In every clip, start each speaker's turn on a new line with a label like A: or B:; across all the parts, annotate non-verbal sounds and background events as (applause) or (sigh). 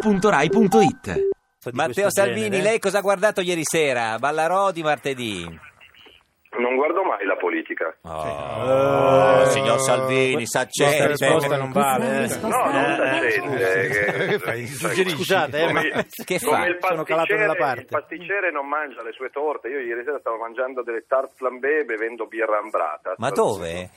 A: radio2pod.rai.it
B: Matteo Salvini,
C: eh?
B: lei cosa ha guardato ieri sera? Ballarò di martedì?
D: Non guardo mai la politica.
B: Oh,
E: Eh,
B: signor Salvini,
C: Questa risposta
B: s'accende.
C: non vale. eh.
D: No, non
B: Eh,
D: s'accende. che-
C: Scusate, eh, ma
D: Come-
B: Che
D: come
B: fa?
D: il
C: Sono calato nella
D: pasticcere-
C: parte.
D: il pasticcere non mangia le sue torte. Io ieri sera stavo mangiando delle tarte flambé bevendo birra ambrata.
B: Ma dove?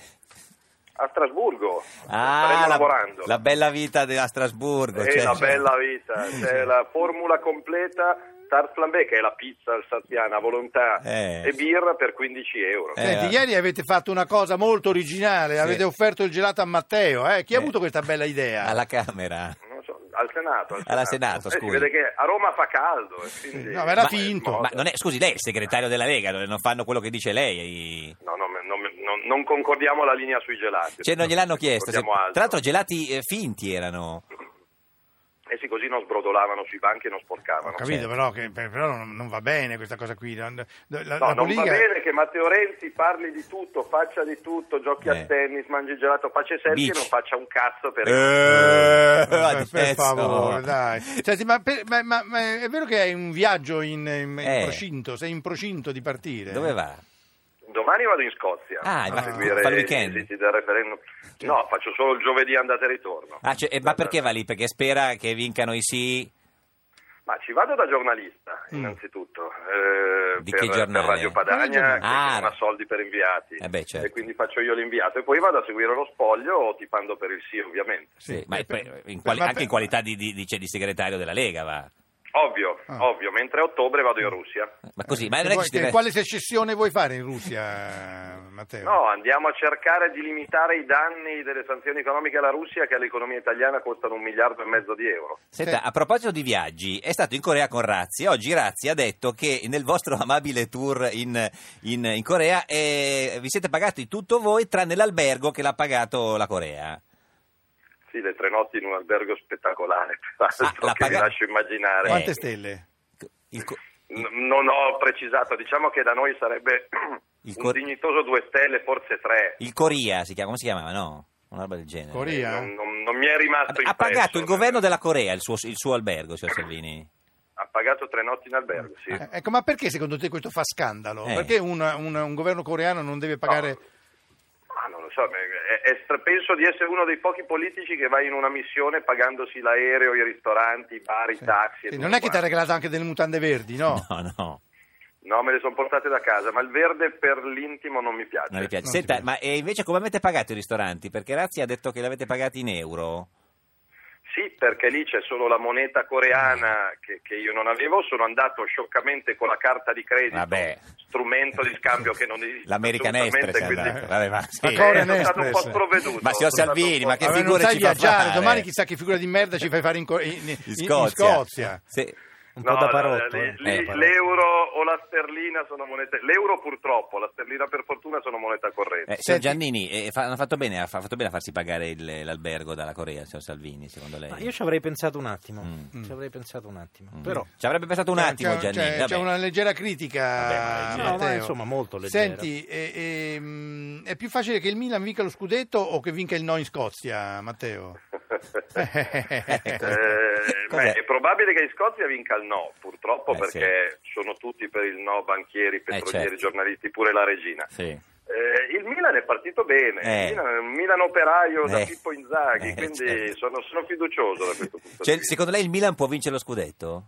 D: A Strasburgo.
B: Ah,
D: Staremo
B: la,
D: lavorando.
B: la bella vita de- a Strasburgo.
D: È
B: cioè-
D: una bella
B: (laughs)
D: vita. C'è la formula completa tarte flambé, che è la pizza alsaziana a volontà,
B: Eh.
D: e birra per 15 euro.
B: Eh.
E: Senti, ieri avete fatto una cosa molto originale, avete offerto il gelato a Matteo, eh? Chi ha avuto questa bella idea?
B: Alla Camera.
D: Non so, al Senato. Al
B: Alla Senato,
D: Eh, si
B: scusi.
D: vede che a Roma fa caldo. e quindi-
E: No, ma era
D: Ma-
E: finto.
B: Ma non è, scusi, lei è il segretario della Lega, non non fanno quello che dice lei.
D: No, no, me- non, me- non- non concordiamo la linea sui gelati.
B: Cioè, non gliel'hanno chiesto. se-
D: Concordiamo altro.
B: tra l'altro, gelati eh, finti erano.
D: Eh sì, così non sbrodolavano sui banchi e non
E: Ho
D: sporcavano.
E: capito, però, che, però non, non va bene questa cosa qui. non- La, la
D: No, non
E: politica-
D: va bene che Matteo Renzi parli di tutto, faccia di tutto, giochi
B: Eh.
D: a tennis, mangi gelato, faccia i selfie
B: Bici.
D: e non faccia un cazzo per...
B: (laughs)
E: Per,
B: Eh,
E: (laughs) per
B: adesso.
E: favore, dai. Senti, ma, per- ma- ma- ma è vero che hai un viaggio in, in- in
B: Eh.
E: procinto? Sei in procinto di partire?
B: Dove va?
D: Domani vado in Scozia
B: Ah,
D: a
B: ma-
D: seguire
B: fa il
D: i
B: weekend.
D: esiti del referendum. No, faccio solo il giovedì andata e ritorno.
B: Ah, cioè, eh, ma perché va lì? Perché spera che vincano i sì?
D: Ma ci vado da giornalista, innanzitutto. eh,
B: Mm. Di
D: per,
B: che giornale?
D: per Radio
E: Quale
D: Padania,
E: giornale?
D: che
B: Ah.
D: non ha soldi per inviati.
B: Eh beh, certo.
D: E quindi faccio io l'inviato. E poi vado a seguire lo spoglio, tipando per il sì, ovviamente.
B: Sì, ma
E: eh, per-
B: per- in quali-
E: ma per-
B: anche in qualità di, di- di- cioè, di segretario della Lega va.
D: Ovvio,
E: Ah.
D: ovvio. Mentre a ottobre vado in Russia.
B: Ma così, ma non
E: Che
B: è che
E: Eh, vuoi-
B: ci
E: che-
B: deve-
E: Quale secessione vuoi fare in Russia, Matteo?
D: No, andiamo a cercare di limitare i danni delle sanzioni economiche alla Russia che all'economia italiana costano un miliardo e mezzo di euro.
B: Senta,
E: Sì.
B: a proposito di viaggi, è stato in Corea con Razzi. Oggi Razzi ha detto che nel vostro (laughs) amabile tour in, in- in Corea eh, vi siete pagati tutto voi tranne l'albergo che l'ha pagato la Corea.
D: Sì, le tre notti in un albergo spettacolare, peraltro,
B: Ah, la
D: che vi
B: paga-
D: lascio immaginare.
B: Eh.
E: Quante stelle?
B: Il co-
D: N- non ho precisato, diciamo che da noi sarebbe (clears throat)
B: Il
D: un
B: cor-
D: dignitoso due stelle, forse tre.
B: il Corea si chiama, come si chiamava? No, una roba del genere.
E: Corea?
D: Non, non- non mi è rimasto
B: Ha
D: impresso.
B: pagato il governo della Corea il suo, il suo albergo, signor Salvini.
D: Ha pagato tre notti in albergo, sì.
E: Eh, Ecco, ma perché secondo te questo fa scandalo?
B: Eh.
E: Perché un, un- un governo coreano non deve pagare...
D: Ma non lo so, è- è stra- penso di essere uno dei pochi politici che va in una missione pagandosi l'aereo, i ristoranti, i bar, i taxi. e
E: Sì,
D: tutto
E: non è che ti ha
D: quanto.
E: regalato anche delle mutande verdi,
B: (laughs)
E: no?
B: No, no,
D: No, me le sono portate da casa, ma il verde per l'intimo non mi piace.
B: non mi piace.
E: Non ti
B: Senta,
E: piace.
B: ma eh, invece come avete pagato i ristoranti? Perché Razzi ha detto che l'avete pagati in euro.
D: Sì, perché lì c'è solo la moneta coreana che, che io non avevo, sono andato scioccamente con la carta di credito,
B: Vabbè.
D: strumento di scambio che non esiste.
B: L'American
D: assolutamente,
B: Express è
D: quindi-
B: andato. Vabbè, ma sì.
E: La Corea
D: sono stato un po'
E: Express.
D: sprovveduto.
B: Ma signor
D: sono stato un
B: Salvini,
D: po'
B: ma che
E: Vabbè,
B: figure
E: non sai
B: ci fa
E: viaggiare,
B: fare? eh?
E: domani chissà che figura di merda ci fai fare in, Co- in- in-
B: In
E: in
B: Scozia.
E: Scozia.
B: Sì.
C: un
D: No,
C: po' da
D: no,
C: parotto.
D: lì-
C: eh.
D: lì
B: Eh, parotto.
D: l'euro o la sterlina sono monete. L'euro purtroppo, la sterlina per fortuna sono moneta corrente.
B: Eh, signor Giannini, eh, fa- hanno fatto bene, ha fa- fatto bene a farsi pagare il- l'albergo dalla Corea, signor Salvini, secondo lei?
C: Ma Eh, io ci avrei pensato un attimo.
B: Mm.
C: Ci avrei pensato un attimo.
B: Mm.
C: Però
B: Ci avrebbe pensato un
E: C'è-
B: attimo,
E: Eh, c'è-
B: Giannini.
E: c'è,
B: vabbè.
E: c'è una leggera critica.
B: Vabbè, ma è
E: Matteo.
C: leggera. No, ma insomma, molto leggera.
E: Senti, eh, ehm, è più facile che il Milan vinca lo scudetto o che vinca il no in Scozia,
B: (laughs)
E: Matteo?
B: Ecco.
D: Eh, beh,
B: Cos'è?
D: è probabile che in Scozia vinca il no, purtroppo
B: Eh,
D: perché sono tutti per il no, banchieri, petrolieri,
B: certo.
D: giornalisti, pure la regina.
B: Sì.
D: Eh, il Milan è partito bene, il
B: Eh.
D: Milan è un Milan operaio da
B: Eh.
D: Pippo Inzaghi,
B: Eh,
D: quindi
B: certo.
D: sono, sono fiducioso da questo punto
B: Cioè,
D: di vista.
B: secondo lei il Milan può vincere lo scudetto?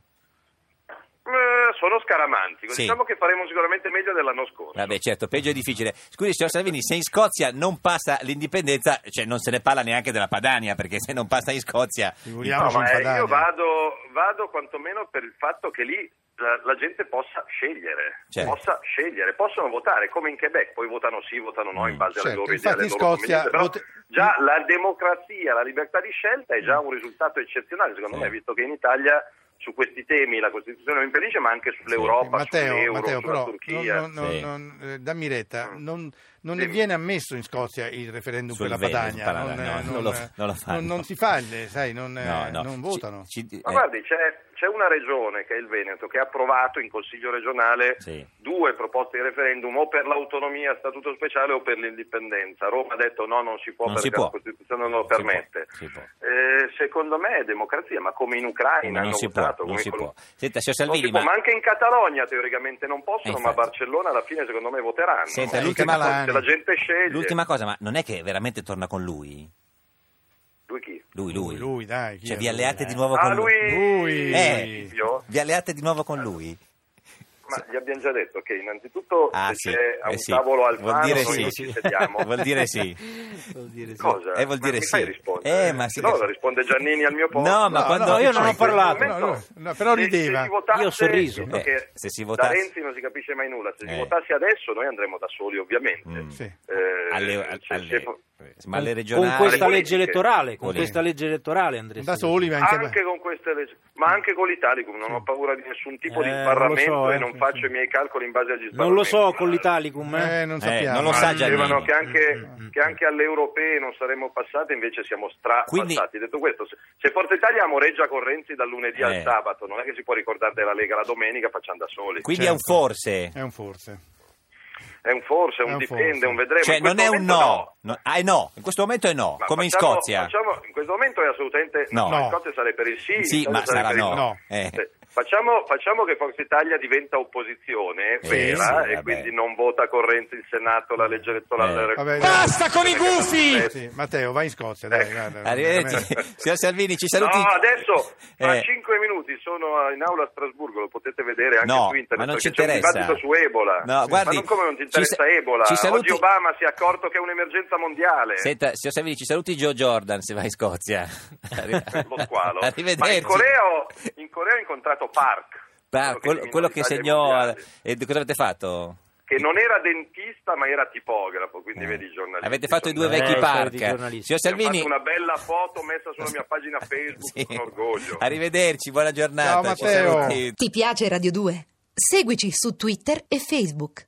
D: Eh, sono scaramantico,
B: Sì.
D: diciamo che faremo sicuramente meglio dell'anno scorso.
B: Vabbè, certo, peggio è difficile. Scusi, signor Salvini, se in Scozia non passa l'indipendenza, cioè non se ne parla neanche della Padania, perché se non passa in Scozia...
D: No,
E: Figuriamoci
D: ma
E: in
D: eh,
E: Padania.
D: io vado, vado quantomeno per il fatto che lì la, la gente possa scegliere,
B: Certo.
D: possa scegliere, possono votare come in Quebec, poi votano sì, votano no in base alle
E: Certo,
D: loro idee,
E: infatti
D: alle
E: in
D: loro
E: Scozia
D: convenienze, però
E: vote-
D: già la democrazia, la libertà di scelta è già un risultato eccezionale, secondo
B: Sì.
D: me, visto che in Italia su questi temi la Costituzione lo impedisce, ma anche
E: Eh,
D: sull'Europa,
E: Matteo,
D: sull'euro,
E: Matteo,
D: sulla
E: però
D: Turchia. Mm.
E: non- non-
B: Sì.
E: non- eh, dammi retta, non, non ne
D: Dimmi.
E: viene ammesso in Scozia il referendum
B: Sul
E: per la
B: verde,
E: Padania,
B: sul Padania, no,
E: eh,
B: non lo- non lo fanno.
E: non- non si fa, il- sai, non, eh,
B: No, no.
E: non
B: Ci-
E: votano.
B: ci-
D: Ma
B: eh,
D: guardi, c'è, c'è c'è una regione, che è il Veneto, che ha approvato in Consiglio regionale
B: Sì.
D: due proposte di referendum o per l'autonomia a statuto speciale o per l'indipendenza. Roma ha detto no, non si può
B: Non si
D: perché
B: può.
D: la Costituzione non lo
B: Si può,
D: permette.
B: si può.
D: Eh, secondo me è democrazia, ma come in Ucraina
B: non
D: hanno
B: si può,
D: votato,
B: non
D: come
B: si
D: in
B: può.
D: Col-
B: Senta, signor
D: non
B: Salvini,
D: si può,
B: ma...
D: ma anche in Catalogna teoricamente non
B: Eh,
D: possono, ma a
B: infatti.
D: Barcellona alla fine secondo me voteranno.
B: Senta,
E: Eh, i
B: l'ultima,
E: catalani.
D: Se la gente sceglie,
B: l'ultima cosa, ma non è che veramente torna con lui?
D: lui chi?
B: Lui, lui.
E: Lui, dai, chi
B: Cioè,
E: è
B: vi
E: lui, eh?
B: alleate
E: dai?
B: di nuovo
D: Ah,
B: con lui?
E: Lui.
D: lui,
B: Eh.
D: Silvio?
B: Vi alleate di nuovo con lui?
D: Ma gli abbiamo già detto che innanzitutto
B: Ah,
D: se
B: sì.
D: c'è a
B: eh
D: un
B: sì.
D: tavolo al
B: Vuol
D: vano
B: dire
D: noi
B: sì.
D: non ci sediamo.
B: (laughs) Vuol
D: (laughs)
B: dire sì.
C: Vuol dire sì.
D: Cosa?
B: Eh, vuol
D: Ma
B: dire
D: mi fai
B: sì.
D: rispondere?
B: Eh, ma sì.
D: No, risponde Giannini al mio posto.
B: No, ma
E: No,
B: quando...
E: no,
C: io non ho
E: cioè,
C: parlato.
E: no, no, no, però
D: Se-
E: rideva.
D: se si votasse-
C: Io ho sorriso.
D: visto
B: Eh,
D: che
B: se si votasse-
D: Da Renzi non si capisce mai nulla. Se si
B: Eh.
D: votasse adesso noi andremo da soli, ovviamente.
B: Mm.
E: Sì.
D: Eh,
B: Alle- al-
D: se-
B: alle-
D: se fo-
B: ma alle
C: Con-
B: regionali...
C: Con
D: eh,
C: questa
D: Alle
C: legge
D: politiche.
C: elettorale, con
B: Volete.
C: questa legge elettorale andrete
E: Da soli, ma anche...
D: Anche con queste leggi, ma anche con l'Italicum, non ho paura di nessun tipo di
C: Eh, non lo
D: sbarramento
C: so,
D: e
C: eh,
D: non
C: sì,
D: faccio
E: sì.
D: i miei calcoli in base agli sbarramenti.
C: Non lo so con
D: Ma-
C: l'Italicum, eh.
E: Eh, non
B: Eh,
E: sappiamo.
B: non lo sa
D: Ma
B: Giannini.
D: dicevano che
B: Mm,
D: anche, che anche alle europee non saremmo passati, invece siamo
B: Quindi-
D: strapassati. Detto questo, se, se Forza Italia amoreggia con Renzi dal lunedì
B: Eh.
D: al sabato, non è che si può ricordare della Lega la domenica, facciamo da soli.
B: Quindi è
E: Certo.
B: un forse.
E: È un forse.
D: È un forse, è
E: È
D: un
E: un
D: dipende,
E: forse.
D: è un vedremo.
B: Cioè,
D: Eh, In questo
B: non è un
D: momento
B: no. No, Ah, è no. In questo momento è no,
D: Ma
B: come in
D: facciamo-
B: Scozia.
D: facciamo- in questo momento è assolutamente
B: No.
D: In
E: No.
D: Scozia sarei per il sì, in
B: Sì,
D: Italia
B: ma
D: sarei
B: sarà
D: per il
B: no.
E: no.
B: Eh.
D: Eh, Facciamo, facciamo che Forza Italia diventa opposizione
B: Sì, Eh, sì,
D: vera
B: vabbè.
D: e quindi non vota con Renzi il Senato la legge elettorale.
B: Eh.
E: Vabbè,
A: Basta con i gufi!
D: Eh,
E: Sì, Matteo, vai in Scozia, dai, guarda.
B: Arrivederci.
E: Veramente.
B: (laughs) Signor Salvini, ci saluti.
D: No,
B: (laughs)
D: adesso tra
B: Eh,
D: cinque minuti sono in aula a Strasburgo, lo potete vedere anche
B: no,
D: su internet.
B: ma non ci
D: perché
B: interessa.
D: C'è un dibattito su Ebola.
B: No, guardi,
D: ma non come non ti interessa
B: ci sa-
D: Ebola?
B: ci saluti-
D: Oggi Obama si è accorto che è un'emergenza mondiale.
B: Senta, signor Salvini, ci saluti Joe Jordan se vai
D: (laughs)
B: in Scozia. Arri-
D: Lo squalo. Ecco, Ma
B: (laughs) Arrivederci.
D: in Corea, ho- in Corea ho incontrato Park.
B: Pa- quello, quello che
D: minore
B: segnò...
D: mondiale,
B: E cosa avete fatto?
D: Che non era dentista, ma era tipografo, quindi
B: Eh.
D: vedi i giornalisti.
B: Avete fatto i due
D: sono-
C: Eh,
B: vecchi
C: storia
B: park.
C: di giornalisti.
B: Signor
D: Abbiamo
B: Salvini...
D: fatto una bella foto messa sulla mia
B: (laughs)
D: pagina Facebook
B: Sì.
D: con orgoglio.
B: Arrivederci, buona giornata.
E: Ciao,
B: ci
E: Matteo.
B: saluti.
F: Ti piace Radio 2? Seguici su Twitter e Facebook.